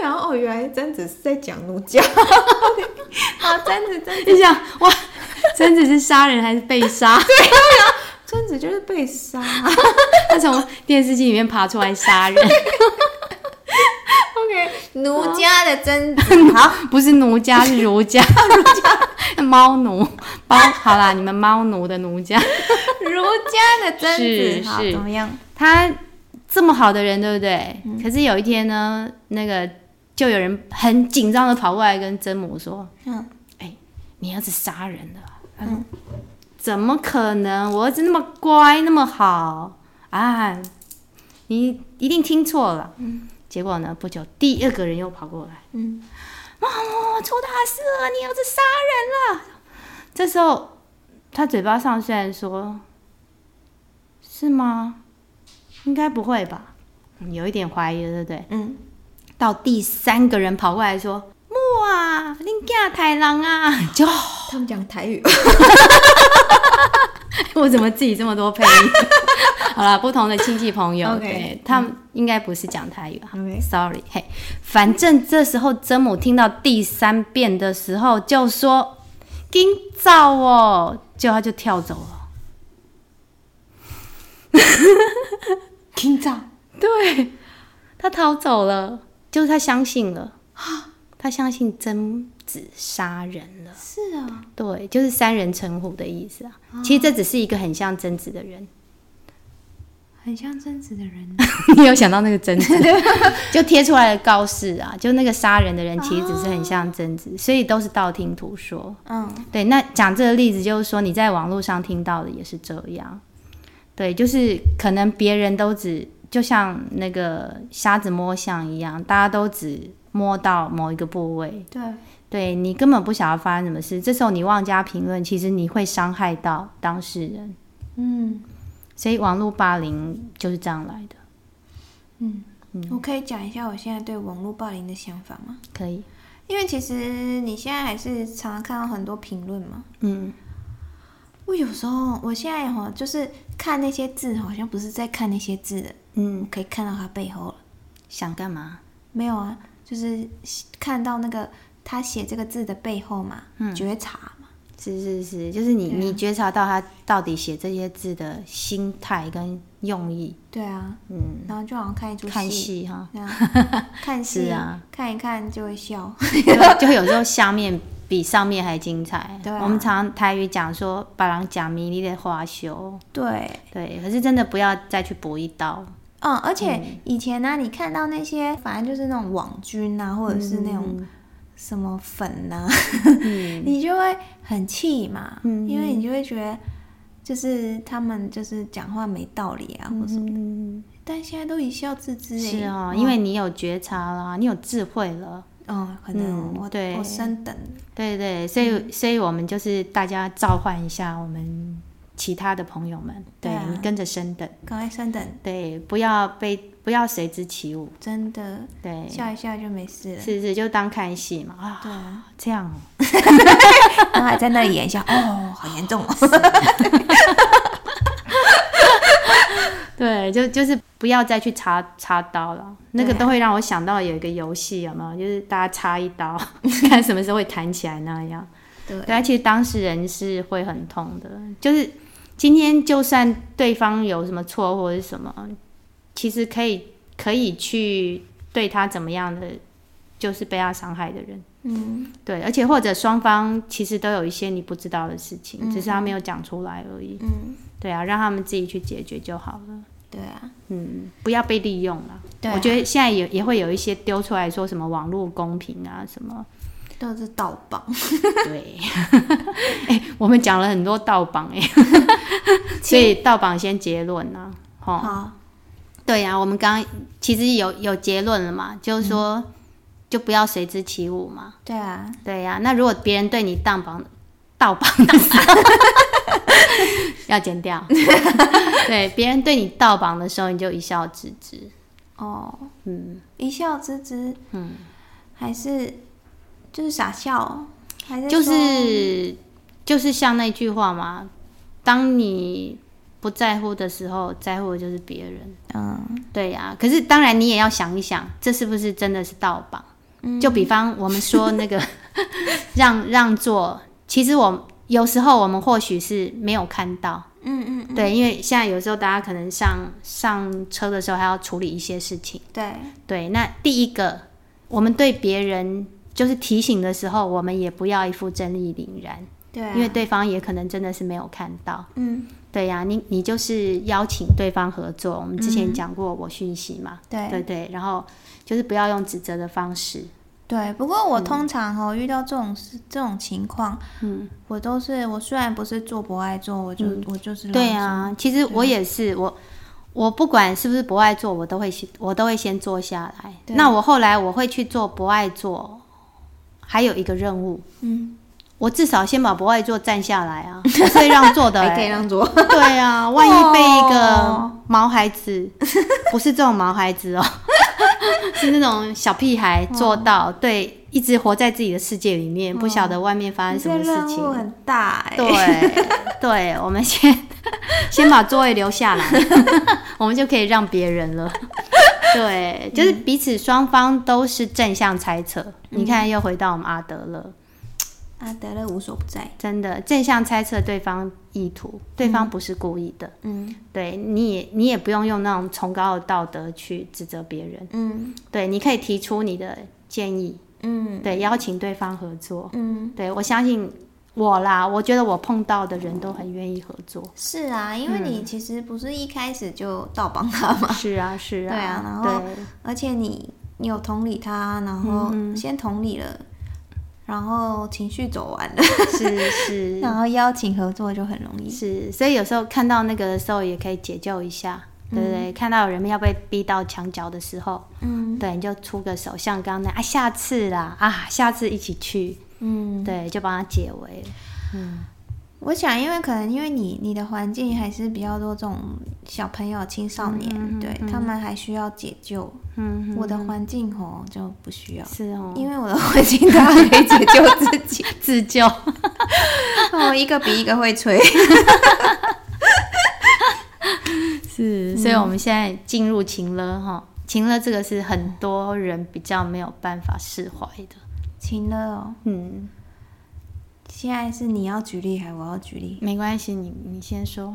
Speaker 1: 然后哦，原来贞子是在讲儒家。 [laughs] 啊，贞子，贞子，
Speaker 2: 你想哇，曾子是杀人还是被
Speaker 1: [laughs]
Speaker 2: 杀？
Speaker 1: 贞子就是被 [laughs] 杀，
Speaker 2: 他从电视剧里面爬出来
Speaker 1: [laughs]
Speaker 2: 杀人，
Speaker 1: 儒家的贞子。好，
Speaker 2: 不是奴家是
Speaker 1: [laughs]
Speaker 2: 儒家，儒家猫奴包好啦，你们猫奴的奴家。
Speaker 1: 儒家的贞
Speaker 2: 是
Speaker 1: 子，好，
Speaker 2: 是
Speaker 1: 怎么样？
Speaker 2: 他这么好的人，对不对？
Speaker 1: 嗯
Speaker 2: 可是有一天呢，那个就有人很紧张的跑过来跟真母说哎
Speaker 1: 嗯，：“
Speaker 2: 你儿子杀人了。”啊他说：“怎么可能？我儿子那么乖，那么好啊！你一定听错了。”结果呢，不久第二个人又跑过来，
Speaker 1: 嗯，
Speaker 2: 哦，出大事了！你儿子杀人了。这时候，他嘴巴上虽然说“是吗？应该不会吧”，嗯有一点怀疑了，对不对？
Speaker 1: 嗯，
Speaker 2: 到第三个人跑过来说：“木啊，恁囝太郎啊！” [laughs] 就
Speaker 1: 他们讲台语。
Speaker 2: 我怎么自己这么多配音？ [laughs] 好啦，不同的亲戚朋友
Speaker 1: OK
Speaker 2: 对他们应该不是讲台语啊。
Speaker 1: OK
Speaker 2: Sorry，嘿，反正这时候真母听到第三遍的时候就说：“今早哦！”结果他就跳走了。
Speaker 1: 听到
Speaker 2: 对，他逃走了，就是他相信了，
Speaker 1: 啊
Speaker 2: 他相信真子杀人了。
Speaker 1: 是啊，
Speaker 2: 对，就是三人成虎的意思啊。其实这只是一个很像贞子的人，
Speaker 1: 很像贞子的人。
Speaker 2: [laughs] 你有想到那个贞子， [laughs] 就贴出来的告示啊，就那个杀人的人其实只是很像贞子，所以都是道听途说。
Speaker 1: 嗯，
Speaker 2: 对，那讲这个例子就是说，你在网络上听到的也是这样。对，就是可能别人都只就像那个瞎子摸象一样，大家都只摸到某一个部位，
Speaker 1: 对，
Speaker 2: 对你根本不晓得发生什么事。这时候你妄加评论，其实你会伤害到当事人，
Speaker 1: 嗯。
Speaker 2: 所以网络霸凌就是这样来的。
Speaker 1: 我可以嗯讲一下我现在对网络霸凌的想法吗？
Speaker 2: 可以，
Speaker 1: 因为其实你现在还是常常看到很多评论嘛。
Speaker 2: 嗯，
Speaker 1: 我有时候，我现在哈，就是看那些字，好像不是在看那些字的，
Speaker 2: 嗯，
Speaker 1: 可以看到它背后了。
Speaker 2: 想干嘛？
Speaker 1: 没有啊，就是看到那个他写这个字的背后嘛，
Speaker 2: 嗯
Speaker 1: 觉察嘛，
Speaker 2: 是是是，就是你、你觉察到他到底写这些字的心态跟用意，
Speaker 1: 对啊，
Speaker 2: 嗯，
Speaker 1: 然后就好像看一出
Speaker 2: 看，戏哈， [laughs]
Speaker 1: 对啊看
Speaker 2: 是
Speaker 1: 戏
Speaker 2: 啊，
Speaker 1: 看一看就会笑，
Speaker 2: 就就有时候下面比上面还精彩。
Speaker 1: 对啊
Speaker 2: 我们常台语讲说“把人假迷你的花羞
Speaker 1: 对，”，
Speaker 2: 对，可是真的不要再去补一刀，
Speaker 1: 嗯，而且以前呢、你看到那些反正就是那种网军啊，或者是那种
Speaker 2: 嗯
Speaker 1: 什么粉呐、 [laughs] 你就会很气嘛，
Speaker 2: 嗯
Speaker 1: 因为你就会觉得就是他们就是讲话没道理啊，或者什么，
Speaker 2: 嗯，
Speaker 1: 但现在都一笑置之、欸，
Speaker 2: 是哦，因为你有觉察啦，你有智慧了。
Speaker 1: 嗯，可能
Speaker 2: 嗯
Speaker 1: 我、
Speaker 2: 对
Speaker 1: 我升等，
Speaker 2: 对对，所以、
Speaker 1: 嗯
Speaker 2: 所以我们就是大家召唤一下我们其他的朋友们，对
Speaker 1: 对啊
Speaker 2: 你跟着升等，
Speaker 1: 赶快升等，
Speaker 2: 对，不要被不要随之起舞，
Speaker 1: 真的
Speaker 2: 对，
Speaker 1: 笑一笑就没事了。
Speaker 2: 是是，就当看戏嘛啊，
Speaker 1: 对啊，
Speaker 2: 这样哦，
Speaker 1: 然后还在那里演一下，哦，好严重哦。
Speaker 2: 对，就就是不要再去插插刀了，那个
Speaker 1: 对啊
Speaker 2: 都会让我想到有一个游戏，有没有？就是大家插一刀， [laughs] 看什么时候会弹起来那样。
Speaker 1: [laughs] 对
Speaker 2: 对啊，其实当事人是会很痛的，就是今天就算对方有什么错或者是什么，其实可以可以去对他怎么样的，就是被他伤害的人。
Speaker 1: 嗯，
Speaker 2: 对，而且或者双方其实都有一些你不知道的事情，
Speaker 1: 嗯
Speaker 2: 只是他没有讲出来而已。
Speaker 1: 嗯，
Speaker 2: 对啊，让他们自己去解决就好了。
Speaker 1: 对啊，
Speaker 2: 嗯，不要被利用了。
Speaker 1: 对啊
Speaker 2: 我觉得现在也也会有一些丢出来说什么网络公平啊什 [laughs] 么。
Speaker 1: 都是盗版，
Speaker 2: 对， [laughs] 哎、我们讲了很多盗榜 [laughs] 哎、所以盗榜先结论呐、啊，哦，
Speaker 1: 好，
Speaker 2: 对啊呀、我们刚刚其实有有结论了嘛，就是说、就不要随之起舞嘛，
Speaker 1: 对啊，
Speaker 2: 嗯对呀、那如果别人对你盗榜盗榜的时候 [laughs] 要剪掉，对，别人对你盗榜的时候，你就一笑置之，
Speaker 1: 哦，
Speaker 2: 嗯，
Speaker 1: 一笑置之，嗯，还是就是傻笑，还是
Speaker 2: 就
Speaker 1: 说
Speaker 2: 是就是像那句话嘛，当你不在乎的时候，在乎的就是别人。
Speaker 1: 嗯
Speaker 2: 对呀、可是当然你也要想一想，这是不是真的是盗榜？
Speaker 1: 嗯
Speaker 2: 就比方我们说
Speaker 1: [laughs]
Speaker 2: 那个让让座，其实我有时候我们或许是没有看到，
Speaker 1: 嗯嗯，
Speaker 2: 对，因为现在有时候大家可能上上车的时候还要处理一些事情，
Speaker 1: 对，
Speaker 2: 对，那第一个我们对别人就是提醒的时候，我们也不要一副正义凛然，
Speaker 1: 对啊，
Speaker 2: 因为对方也可能真的是没有看到。
Speaker 1: 嗯
Speaker 2: 对呀、你你就是邀请对方合作。我们之前讲过我讯息嘛，
Speaker 1: 嗯对
Speaker 2: 对对，然后就是不要用指责的方式。
Speaker 1: 对，不过我通常哦、遇到这种事这种情况，嗯，我都是我虽然不是做博爱做，我就、我就是
Speaker 2: 对
Speaker 1: 让
Speaker 2: 啊，其实我也是，我我不管是不是不爱做，我都会先我都会先做下来。
Speaker 1: 对
Speaker 2: 那我后来我会去做不爱做，还有一个任务，
Speaker 1: 座，嗯，
Speaker 2: 我至少先把不爱做占下来啊， [laughs] 我是会让做的、欸，
Speaker 1: 还可以让座，
Speaker 2: 对啊，万一被一个
Speaker 1: 哦
Speaker 2: 毛孩子，不是这种毛孩子哦， [laughs] 是那种小屁孩做到，对，一直活在自己的世界里面，不晓得外面发生什么
Speaker 1: 你这
Speaker 2: 事
Speaker 1: 任务
Speaker 2: 情。
Speaker 1: 很大哎、
Speaker 2: 对，对，我们先 [laughs] 先把座位留下来， [laughs] 我们就可以让别人了。对，就是彼此双方都是正向猜测。你看，又回到我们阿德了。
Speaker 1: 阿德勒无所不在，
Speaker 2: 真的正向猜测对方意图，对方不是故意的，
Speaker 1: 嗯
Speaker 2: 对你也你也不用用那种崇高的道德去指责别人，
Speaker 1: 嗯
Speaker 2: 对，你可以提出你的建议，
Speaker 1: 嗯
Speaker 2: 对，邀请对方合作，
Speaker 1: 嗯，
Speaker 2: 对我相信我啦，我觉得我碰到的人都很愿意合
Speaker 1: [laughs]
Speaker 2: 作，
Speaker 1: 是啊，因为你其实不是一开始就盗帮他嘛，
Speaker 2: 是啊是啊，
Speaker 1: 对啊然后
Speaker 2: 对
Speaker 1: 而且你你有同理他，然后先同理了，然后情绪走完了，
Speaker 2: 是是
Speaker 1: [laughs] 然后邀请合作就很容易。
Speaker 2: 是，所以有时候看到那个的时候也可以解救一下，对不对？看到有人要被逼到墙角的时候，
Speaker 1: 嗯
Speaker 2: 对，你就出个手，像刚刚那啊，下次啦啊，下次一起去，
Speaker 1: 嗯，
Speaker 2: 对，就帮他解围。
Speaker 1: 我想，因为可能因为你你的环境还是比较多这种小朋友、青少年，对他们还需要解救。
Speaker 2: 嗯，
Speaker 1: 我的环境吼就不需要，
Speaker 2: 是哦，
Speaker 1: 因为我的环境大家可以解救自 [laughs] 己，
Speaker 2: [laughs] 自救。
Speaker 1: 我哦一个比一个会 [laughs] 吹。
Speaker 2: 嗯是，所以我们现在进入情了哈，情乐这个是很多人比较没有办法释怀的。
Speaker 1: 情乐哦，
Speaker 2: 嗯，
Speaker 1: 现在是你要举例还是我要举例？
Speaker 2: 没关系，你你先说。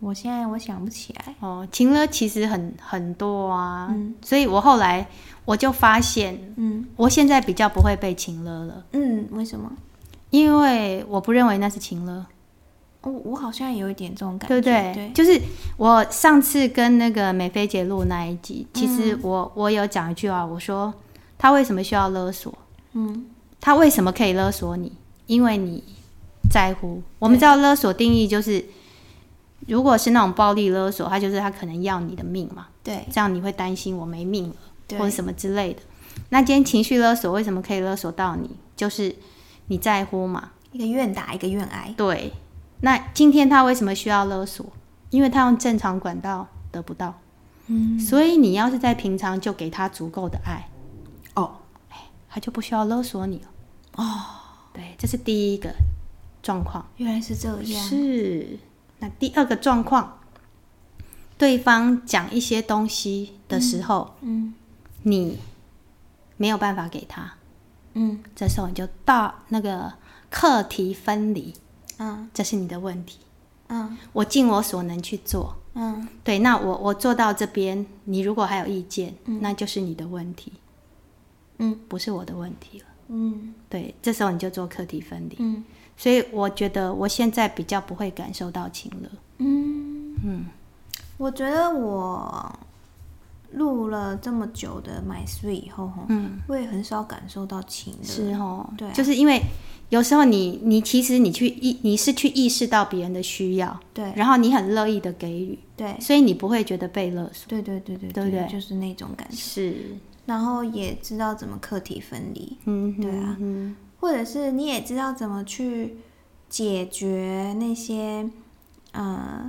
Speaker 1: 我现在我想不起来。
Speaker 2: 哦，情乐其实很很多啊，
Speaker 1: 嗯
Speaker 2: 所以我后来我就发现，
Speaker 1: 嗯
Speaker 2: 我现在比较不会被情乐了，
Speaker 1: 嗯，为什么？
Speaker 2: 因为我不认为那是情乐。
Speaker 1: 我哦我好像有一点这种感
Speaker 2: 对
Speaker 1: 觉，
Speaker 2: 不对？
Speaker 1: 对，
Speaker 2: 就是我上次跟那个美菲姐录那一集，
Speaker 1: 嗯
Speaker 2: 其实我、我有讲一句话，我说他为什么需要勒索？
Speaker 1: 嗯
Speaker 2: 他为什么可以勒索你？因为你在乎。我们知道勒索定义就是，如果是那种暴力勒索，他就是他可能要你的命嘛，
Speaker 1: 对
Speaker 2: 这样你会担心我没命了，
Speaker 1: 对
Speaker 2: 或者什么之类的。那今天情绪勒索为什么可以勒索到你？就是你在乎嘛。
Speaker 1: 一个愿打一个愿挨，
Speaker 2: 对，那今天他为什么需要勒索？因为他用正常管道得不到，
Speaker 1: 嗯
Speaker 2: 所以你要是在平常就给他足够的爱，哎
Speaker 1: 哦
Speaker 2: 他就不需要勒索你了。哦，对，这是第一个状况。
Speaker 1: 原来是这样，
Speaker 2: 是，那第二个状况，对方讲一些东西的时候，
Speaker 1: 嗯
Speaker 2: 你没有办法给他，
Speaker 1: 嗯
Speaker 2: 这时候你就到那个课题分离，
Speaker 1: 嗯
Speaker 2: 这是你的问题。
Speaker 1: 嗯
Speaker 2: 我尽我所能去做，
Speaker 1: 嗯
Speaker 2: 对，那我我做到这边，你如果还有意见，那就是你的问题，
Speaker 1: 嗯，
Speaker 2: 不是我的问题了。
Speaker 1: 嗯
Speaker 2: 对，这时候你就做课题分离。
Speaker 1: 嗯
Speaker 2: 所以我觉得我现在比较不会感受到情了。
Speaker 1: 嗯，我觉得我录了这么久的 My Three 以后，吼
Speaker 2: 嗯，
Speaker 1: 我也很少感受到情的，
Speaker 2: 是哦，
Speaker 1: 对啊
Speaker 2: 就是因为有时候你你其实你去意你是去意识到别人的需要，
Speaker 1: 对
Speaker 2: 然后你很乐意的给予，
Speaker 1: 对
Speaker 2: 所以你不会觉得被勒索。
Speaker 1: 对对对对
Speaker 2: 对不对
Speaker 1: 就是那种感觉，
Speaker 2: 是，
Speaker 1: 然后也知道怎么课题分离，
Speaker 2: 嗯，
Speaker 1: 对啊
Speaker 2: 嗯
Speaker 1: 或者是你也知道怎么去解决那些，呃，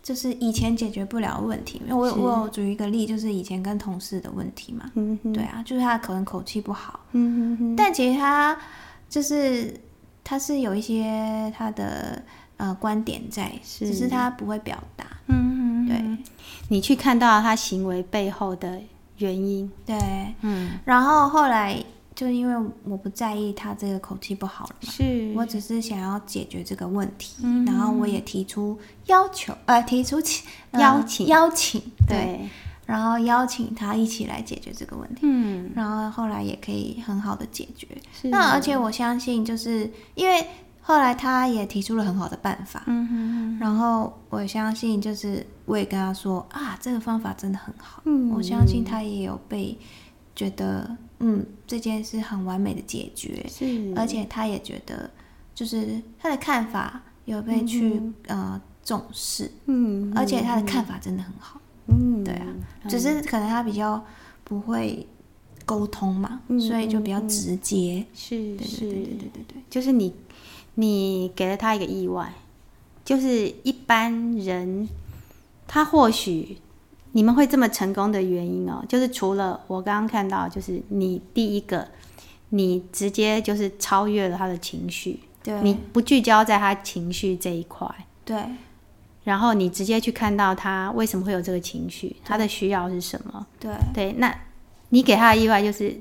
Speaker 1: 就是以前解决不了的问题。因为我有
Speaker 2: 是
Speaker 1: 我有举一个例，就是以前跟同事的问题嘛，
Speaker 2: 嗯哼
Speaker 1: 对，啊，就是他可能口气不好，
Speaker 2: 嗯哼
Speaker 1: 但其实他就是他是有一些他的呃观点在，
Speaker 2: 是
Speaker 1: 只是他不会表达，
Speaker 2: 嗯
Speaker 1: 对、
Speaker 2: 哼，你去看到他行为背后的原因，
Speaker 1: 对。
Speaker 2: 嗯，
Speaker 1: 然后后来就因为我不在意他这个口气不好了嘛，
Speaker 2: 是
Speaker 1: 我只是想要解决这个问题，
Speaker 2: 嗯
Speaker 1: 然后我也提出要求，呃， [laughs] 提出请、呃
Speaker 2: 邀请
Speaker 1: 邀请，对，
Speaker 2: 对，
Speaker 1: 然后邀请他一起来解决这个问题，
Speaker 2: 嗯，
Speaker 1: 然后后来也可以很好的解决。
Speaker 2: 是
Speaker 1: 那而且我相信，就是因为后来他也提出了很好的办法，
Speaker 2: 嗯哼
Speaker 1: 然后我相信，就是我也跟他说啊，这个方法真的很好，
Speaker 2: 嗯
Speaker 1: 我相信他也有被觉得，嗯，这件事很完美的解决，
Speaker 2: 是，
Speaker 1: 而且他也觉得，就是他的看法有被去、呃重视，
Speaker 2: 嗯，
Speaker 1: 而且他的看法真的很好，
Speaker 2: 嗯，
Speaker 1: 对啊
Speaker 2: 嗯，
Speaker 1: 只是可能他比较不会沟通嘛，
Speaker 2: 嗯
Speaker 1: 所以就比较
Speaker 2: 嗯嗯
Speaker 1: 直接，
Speaker 2: 是
Speaker 1: 对
Speaker 2: 是
Speaker 1: 对对对对对对，
Speaker 2: 就是你你给了他一个意外，就是一般人他或许。你们会这么成功的原因哦，就是除了我刚刚看到，就是你第一个，你直接就是超越了他的情绪，
Speaker 1: 对
Speaker 2: 你不聚焦在他情绪这一块，
Speaker 1: 对
Speaker 2: 然后你直接去看到他为什么会有这个情绪，他的需要是什么？
Speaker 1: 对
Speaker 2: 对，那你给他的意外就是，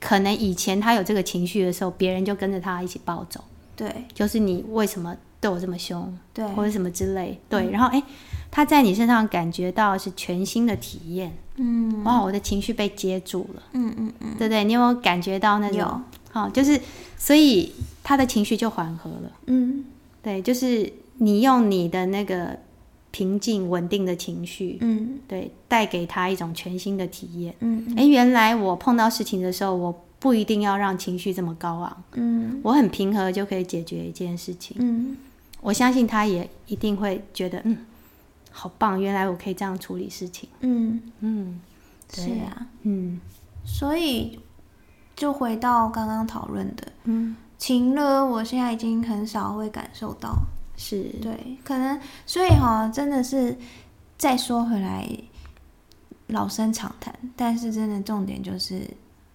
Speaker 2: 可能以前他有这个情绪的时候，别人就跟着他一起暴走，
Speaker 1: 对
Speaker 2: 就是你为什么对我这么凶，
Speaker 1: 对嗯
Speaker 2: 或者什么之类。对，然后诶，他在你身上感觉到是全新的体验，
Speaker 1: 嗯
Speaker 2: 哇，我的情绪被接住了，
Speaker 1: 嗯嗯嗯，
Speaker 2: 对不对？你有没有感觉到那种？
Speaker 1: 有
Speaker 2: 好、就是所以他的情绪就缓和了。
Speaker 1: 嗯
Speaker 2: 对，就是你用你的那个平静稳定的情绪，
Speaker 1: 嗯
Speaker 2: 对，带给他一种全新的体验。
Speaker 1: 嗯
Speaker 2: 诶，原来我碰到事情的时候，我不一定要让情绪这么高昂，
Speaker 1: 嗯
Speaker 2: 我很平和就可以解决一件事情。
Speaker 1: 嗯
Speaker 2: 我相信他也一定会觉得，嗯，好棒，原来我可以这样处理事情。
Speaker 1: 嗯，
Speaker 2: 嗯对
Speaker 1: 是啊，
Speaker 2: 嗯
Speaker 1: 所以就回到刚刚讨论的。
Speaker 2: 嗯，
Speaker 1: 情了，我现在已经很少会感受到。
Speaker 2: 是，
Speaker 1: 对，可能所以哈、真的是再说回来，老生常谈，但是真的重点就是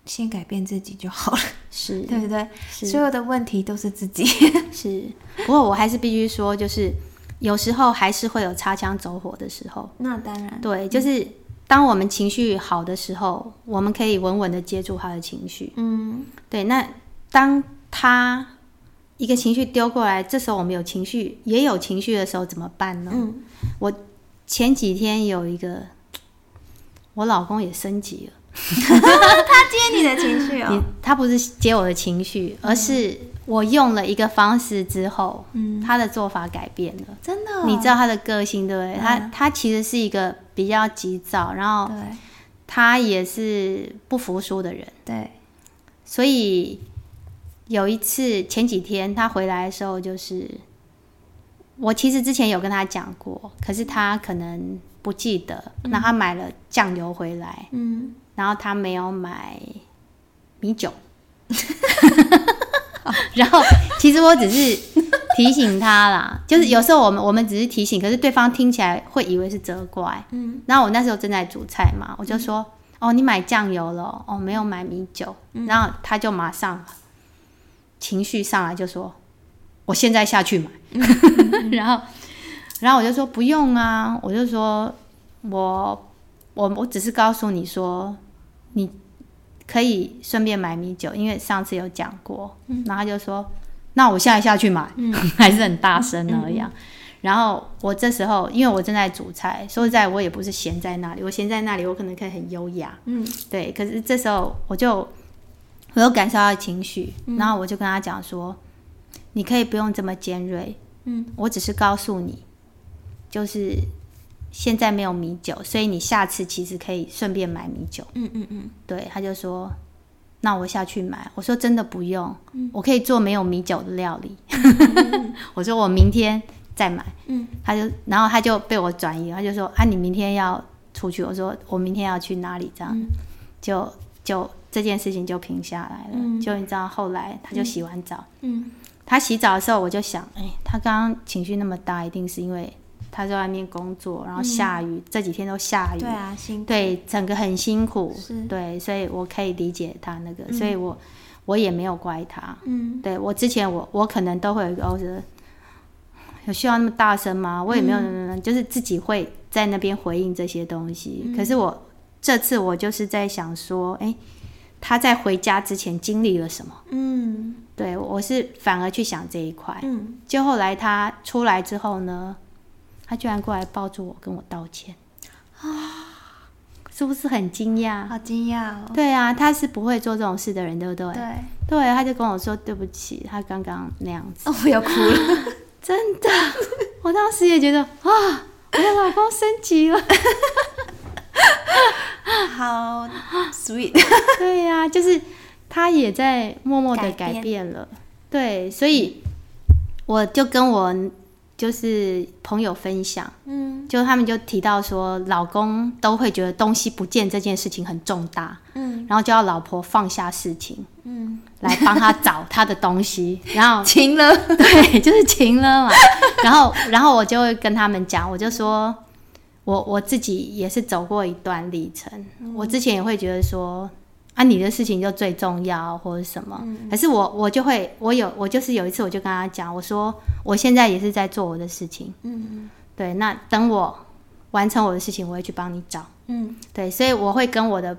Speaker 1: 先改变自己就好了，
Speaker 2: 是，
Speaker 1: 对不对？
Speaker 2: 是
Speaker 1: 所有的问题都是自
Speaker 2: [laughs]
Speaker 1: 己。
Speaker 2: 是。不过我还是必须说，就是有时候还是会有擦枪走火的时候。
Speaker 1: 那当然，
Speaker 2: 对，就是当我们情绪好的时候，我们可以稳稳的接住他的情绪。
Speaker 1: 嗯，
Speaker 2: 对，那当他一个情绪丢过来，这时候我们有情绪，也有情绪的时候怎么办呢？
Speaker 1: 嗯，
Speaker 2: 前几天有一个，我老公也升级了，
Speaker 1: 他接你的情绪哦，
Speaker 2: 你他不是接我的情绪，而是我用了一个方式之后，
Speaker 1: 嗯，
Speaker 2: 他的做法改变了。
Speaker 1: 真的哦、嗯
Speaker 2: 你知道他的个性对不对？他他其实是一个比较急躁，然后
Speaker 1: 哦对
Speaker 2: 他也是不服输的人。
Speaker 1: 对，
Speaker 2: 所以有一次前几天他回来的时候，就是我其实之前有跟他讲过，可是他可能不记得。那、他买了酱油回来，
Speaker 1: 嗯，
Speaker 2: 然后他没有买米酒。 [laughs] 然后其实我只是提醒他啦，就是有时候我们我们只是提醒，可是对方听起来会以为是责怪。
Speaker 1: 嗯
Speaker 2: 然后我那时候正在煮菜嘛，我就说：“哦，你买酱油了哦，哦没有买米酒。然后他就马上情绪上来，就说：“我现在下去买。 [laughs] 然后，然后我就说：“不用啊！”我就说：“我我我只是告诉你说，你可以顺便买米酒，因为上次有讲过。
Speaker 1: 嗯
Speaker 2: 然后他就说：“那我现在下去买。 [laughs] 还是很大声那
Speaker 1: 嗯
Speaker 2: 样。然后我这时候，因为我正在煮菜，说实在，我也不是闲在那里，我闲在那里，我可能可以很优雅，
Speaker 1: 嗯
Speaker 2: 对。可是这时候，我就我有感受到情绪，
Speaker 1: 嗯
Speaker 2: 然后我就跟他讲说，你可以不用这么尖锐，
Speaker 1: 嗯，
Speaker 2: 我只是告诉你，就是现在没有米酒，所以你下次其实可以顺便买米酒。
Speaker 1: 嗯嗯嗯，
Speaker 2: 对，他就说。那我下去买。我说真的不用，
Speaker 1: 嗯
Speaker 2: 我可以做没有米酒的料理。 [laughs] 我说我明天再买。
Speaker 1: 嗯，
Speaker 2: 他就然后他就被我转移，他就说啊，你明天要出去。我说我明天要去哪里？这样、
Speaker 1: 嗯
Speaker 2: 就就这件事情就平下来了。
Speaker 1: 嗯
Speaker 2: 就你知道后来他就洗完澡，
Speaker 1: 嗯
Speaker 2: 他洗澡的时候我就想，哎、他刚刚情绪那么大，一定是因为他在外面工作，然后下雨，这几天都下雨
Speaker 1: 嗯对，啊，辛苦，
Speaker 2: 对，整个很辛苦
Speaker 1: 是，
Speaker 2: 对，所以我可以理解他那个，所以我我也没有怪他，
Speaker 1: 嗯
Speaker 2: 对我之前我我可能都会有一个哦，觉得有需要那么大声吗？我也没有，
Speaker 1: 嗯
Speaker 2: 就是自己会在那边回应这些东西。可是我这次我就是在想说，哎、他在回家之前经历了什么？
Speaker 1: 嗯
Speaker 2: 对我是反而去想这一块。
Speaker 1: 嗯，
Speaker 2: 就后来他出来之后呢，他居然过来抱住我跟我道歉啊，是不是很惊讶？
Speaker 1: 好惊讶哦，
Speaker 2: 对啊，他是不会做这种事的人，对不对？
Speaker 1: 对，
Speaker 2: 对，他就跟我说对不起，他刚刚那样
Speaker 1: [laughs]
Speaker 2: 子。
Speaker 1: 哦，我要哭了，
Speaker 2: 真的，我当时也觉得啊，我的老公升级了。
Speaker 1: [laughs]
Speaker 2: [laughs]
Speaker 1: 好 sweet，
Speaker 2: 对呀、就是他也在默默的
Speaker 1: 改
Speaker 2: 改
Speaker 1: 变
Speaker 2: 变了。对，所以我就跟我就是朋友分享，
Speaker 1: [laughs] 嗯
Speaker 2: 就他们就提到说，老公都会觉得东西不见这件事情很重大，
Speaker 1: 嗯
Speaker 2: 然后就要老婆放下事情
Speaker 1: 嗯，
Speaker 2: 来帮他找他的东西，然后
Speaker 1: 晴了，
Speaker 2: 对，就是情了嘛。然后，然后我就会跟他们讲，我就说，我我自己也是走过一段历程。
Speaker 1: 嗯
Speaker 2: 我之前也会觉得说，啊，你的事情就最重要或者什么。
Speaker 1: 嗯
Speaker 2: 可是我我就会，我有我就是有一次我就跟他讲，我说我现在也是在做我的事情。
Speaker 1: 嗯
Speaker 2: 对，那等我完成我的事情，我会去帮你找。
Speaker 1: 嗯
Speaker 2: 对，所以我会跟我的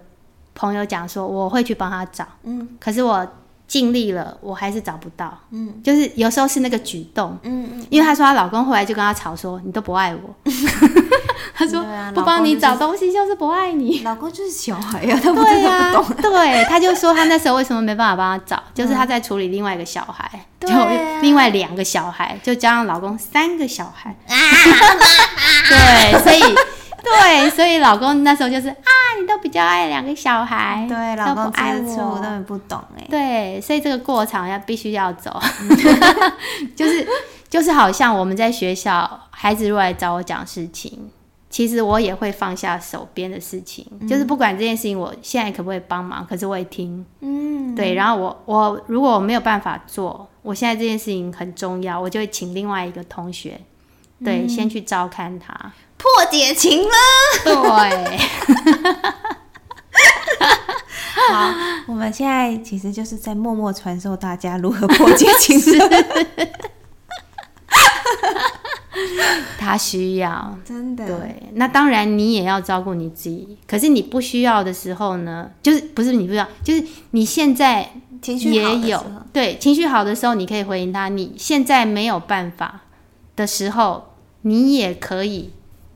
Speaker 2: 朋友讲说，我会去帮他找。
Speaker 1: 嗯
Speaker 2: 可是我尽力了，我还是找不到。
Speaker 1: 嗯
Speaker 2: 就是有时候是那个举动。
Speaker 1: 嗯，
Speaker 2: 因为她说她老公后来就跟她吵说：“你都不爱
Speaker 1: [laughs]
Speaker 2: 我。”她说：“
Speaker 1: 对啊
Speaker 2: 不帮你找东西就是不
Speaker 1: [laughs]
Speaker 2: 爱你。
Speaker 1: 老公就是小孩呀、他”们
Speaker 2: 对
Speaker 1: 真
Speaker 2: 呀、
Speaker 1: 的不懂。嗯
Speaker 2: 对，她就说她那时候为什么没办法帮她找，就是她在处理另外一个小孩，
Speaker 1: 对
Speaker 2: 就
Speaker 1: 啊
Speaker 2: 另外两个小孩，就加上老公三个小
Speaker 1: [laughs]
Speaker 2: 孩。对，所以对，所以老公那时候就是啊，你都比较爱两个小孩，
Speaker 1: 对，老
Speaker 2: 都不
Speaker 1: 公
Speaker 2: 爱
Speaker 1: 吃醋，
Speaker 2: 我
Speaker 1: 他们不懂哎、
Speaker 2: 对，所以这个过场要必须要走， [laughs] 就是就是好像我们在学校，孩子如果来找我讲事情，其实我也会放下手边的事情，就是不管这件事情我现在可不可以帮忙，可是我也听，
Speaker 1: 嗯，
Speaker 2: 对，然后我我如果我没有办法做，我现在这件事情很重要，我就会请另外一个同学，对，先去照看他，
Speaker 1: 破解情了。
Speaker 2: 对，
Speaker 1: 好，我们现在其实就是在默默传授大 [laughs] 家如何破解情了。
Speaker 2: [laughs] 他需要。
Speaker 1: 真的，
Speaker 2: 对，那当然你也要照顾你自己。可是你不需要的时候呢，就是不是你不需要，就是你现在
Speaker 1: 情绪好
Speaker 2: 也
Speaker 1: 的时
Speaker 2: 有
Speaker 1: 候
Speaker 2: 对情绪好的时候，你可以回应他；你现在没有办法的时候，你也可以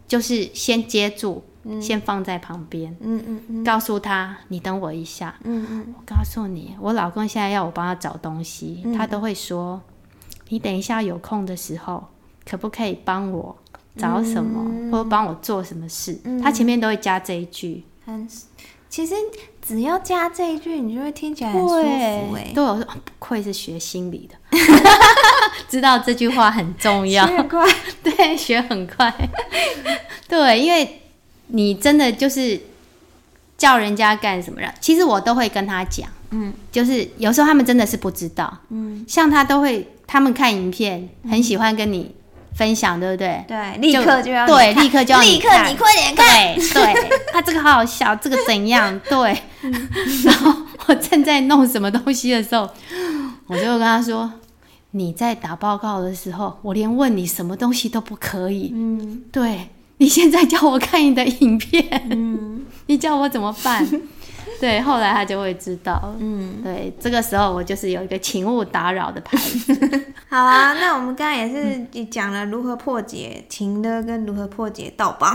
Speaker 2: 就是先接住，先放在旁边，
Speaker 1: 嗯嗯嗯
Speaker 2: 告诉他你等我一下。
Speaker 1: 嗯嗯，
Speaker 2: 我告诉你，我老公现在要我帮他找东西，他都会说：“你等一下有空的时候，可不可以帮我找什么，或者帮我做什么事？”他前面都会加这一句。
Speaker 1: 嗯很。其实只要加这一句，你就会听起来很舒服哎、
Speaker 2: 对，对我说、哦不愧是学心理的， [laughs] 知道这句话很重要。
Speaker 1: 奇怪，
Speaker 2: [laughs] 对，学很快。 [laughs] 对，因为你真的就是叫人家干什么了，其实我都会跟他讲，嗯，就是有时候他们真的是不知道，嗯，像他都会，他们看影片很喜欢跟你分享，对不对？
Speaker 1: 对，立刻就要你
Speaker 2: 对，
Speaker 1: 看
Speaker 2: 立刻就要
Speaker 1: 立刻
Speaker 2: 看，
Speaker 1: 你快点哎看，
Speaker 2: 对对，
Speaker 1: [laughs]
Speaker 2: 他、这个好好笑，这个怎样？对，
Speaker 1: 嗯
Speaker 2: 然后我正在弄什么东西的时候，我就跟他说：“你在打报告的时候，我连问你什么东西都不可以。
Speaker 1: 嗯
Speaker 2: 对你现在叫我看你的影片，
Speaker 1: 嗯
Speaker 2: [laughs] 你叫我怎么办？”对，后来他就会知道。
Speaker 1: 嗯，
Speaker 2: 对，这个时候我就是有一个请勿打扰的牌子。 [laughs]
Speaker 1: 好啊，那我们刚刚也是也讲了如何破解情的跟如何破解盗帮，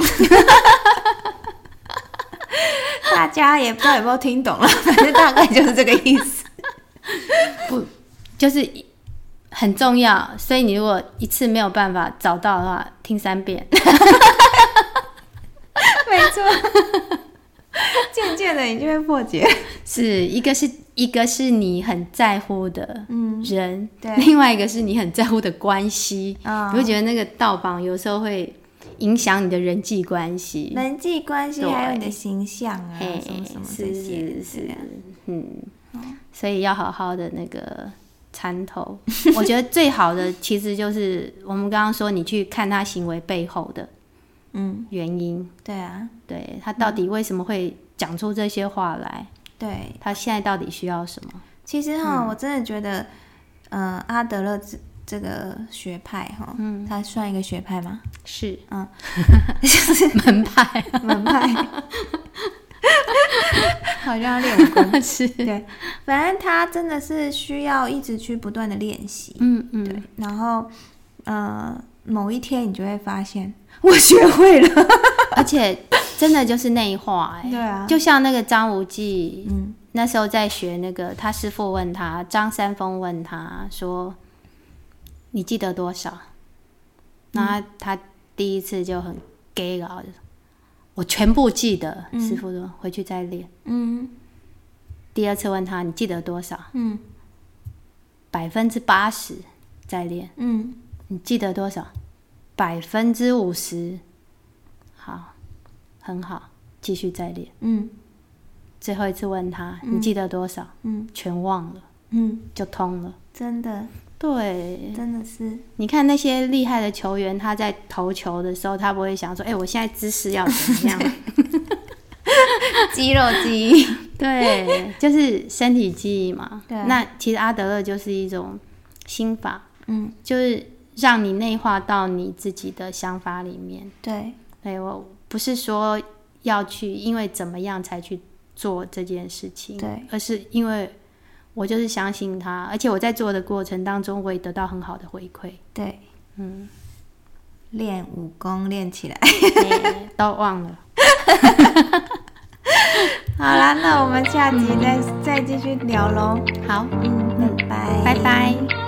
Speaker 1: [laughs] 大家也不知道有没有听懂了，反正大概就是这个意思。
Speaker 2: 就是一很重要，所以你如果一次没有办法找到的话，听三遍。
Speaker 1: 没错，渐渐的你就会破解。
Speaker 2: 是一个是一个是你很在乎的
Speaker 1: 嗯
Speaker 2: 人，
Speaker 1: 对
Speaker 2: 另外一个是你很在乎的关系。
Speaker 1: 啊
Speaker 2: 你会觉得那个道榜有时候会影响你的人际关系。
Speaker 1: 人际关系
Speaker 2: 对
Speaker 1: 还有你的形象啊，
Speaker 2: 嘿
Speaker 1: 什么什么这
Speaker 2: 是
Speaker 1: 些
Speaker 2: 是，
Speaker 1: 对
Speaker 2: 是
Speaker 1: 啊，
Speaker 2: 嗯，所以要好好的那个
Speaker 1: [laughs]
Speaker 2: 参透。我觉得最好的其实就是我们刚刚说，你去看他行为背后的
Speaker 1: 嗯，
Speaker 2: 原因，
Speaker 1: 对啊，
Speaker 2: 对他到底为什么会讲出这些话来，
Speaker 1: 对，
Speaker 2: 他现在到底需要什么？
Speaker 1: 其实哈，我真的觉得，呃，阿德勒这这个学派哈，嗯，它算一个学派吗？
Speaker 2: 是 [laughs]
Speaker 1: 嗯，
Speaker 2: 门派
Speaker 1: 门派， [laughs] 好像要练武 [laughs] 功。
Speaker 2: 是。
Speaker 1: 对，反正他真的是需要一直去不断的练习，
Speaker 2: 嗯嗯
Speaker 1: 对，然后呃，某一天你就会发现 [laughs] 我学会了，
Speaker 2: [laughs] 而且真的就是内化哎、
Speaker 1: 对啊
Speaker 2: 就像那个张无忌，
Speaker 1: 嗯
Speaker 2: 那时候在学那个，他师傅问他，张三丰问他说：“你记得多少？”
Speaker 1: 嗯
Speaker 2: 那他他第一次就很 gay 了，我全部记得。师傅说回去再练。
Speaker 1: 嗯
Speaker 2: 第二次问他你记得多少？
Speaker 1: 嗯
Speaker 2: 百分之八十再练。
Speaker 1: 嗯，
Speaker 2: 你记得多少？百分之五十。好，很好，继续再练。
Speaker 1: 嗯
Speaker 2: 最后一次问他，你记得多少？
Speaker 1: 嗯
Speaker 2: 全忘了，
Speaker 1: 嗯，
Speaker 2: 就通了。
Speaker 1: 真的
Speaker 2: 对，
Speaker 1: 真的是，
Speaker 2: 你看那些厉害的球员，他在投球的时候，他不会想说：“哎、我现在姿势要怎么样
Speaker 1: [laughs] 肌肉记忆，？”
Speaker 2: 对，就是身体记忆嘛。
Speaker 1: 对啊
Speaker 2: 那其实阿德勒就是一种心法，
Speaker 1: [laughs] 嗯，
Speaker 2: 就是让你内化到你自己的想法里面。
Speaker 1: 对，
Speaker 2: 对我不是说要去因为怎么样才去做这件事情，
Speaker 1: 对，
Speaker 2: 而是因为我就是相信他，而且我在做的过程当中，我也得到很好的回馈，
Speaker 1: 对，嗯，练武功练起来。
Speaker 2: 哎都忘了，
Speaker 1: 好啦，那我们下集再再继续聊喽。
Speaker 2: 好，
Speaker 1: 嗯，拜拜，
Speaker 2: 拜拜。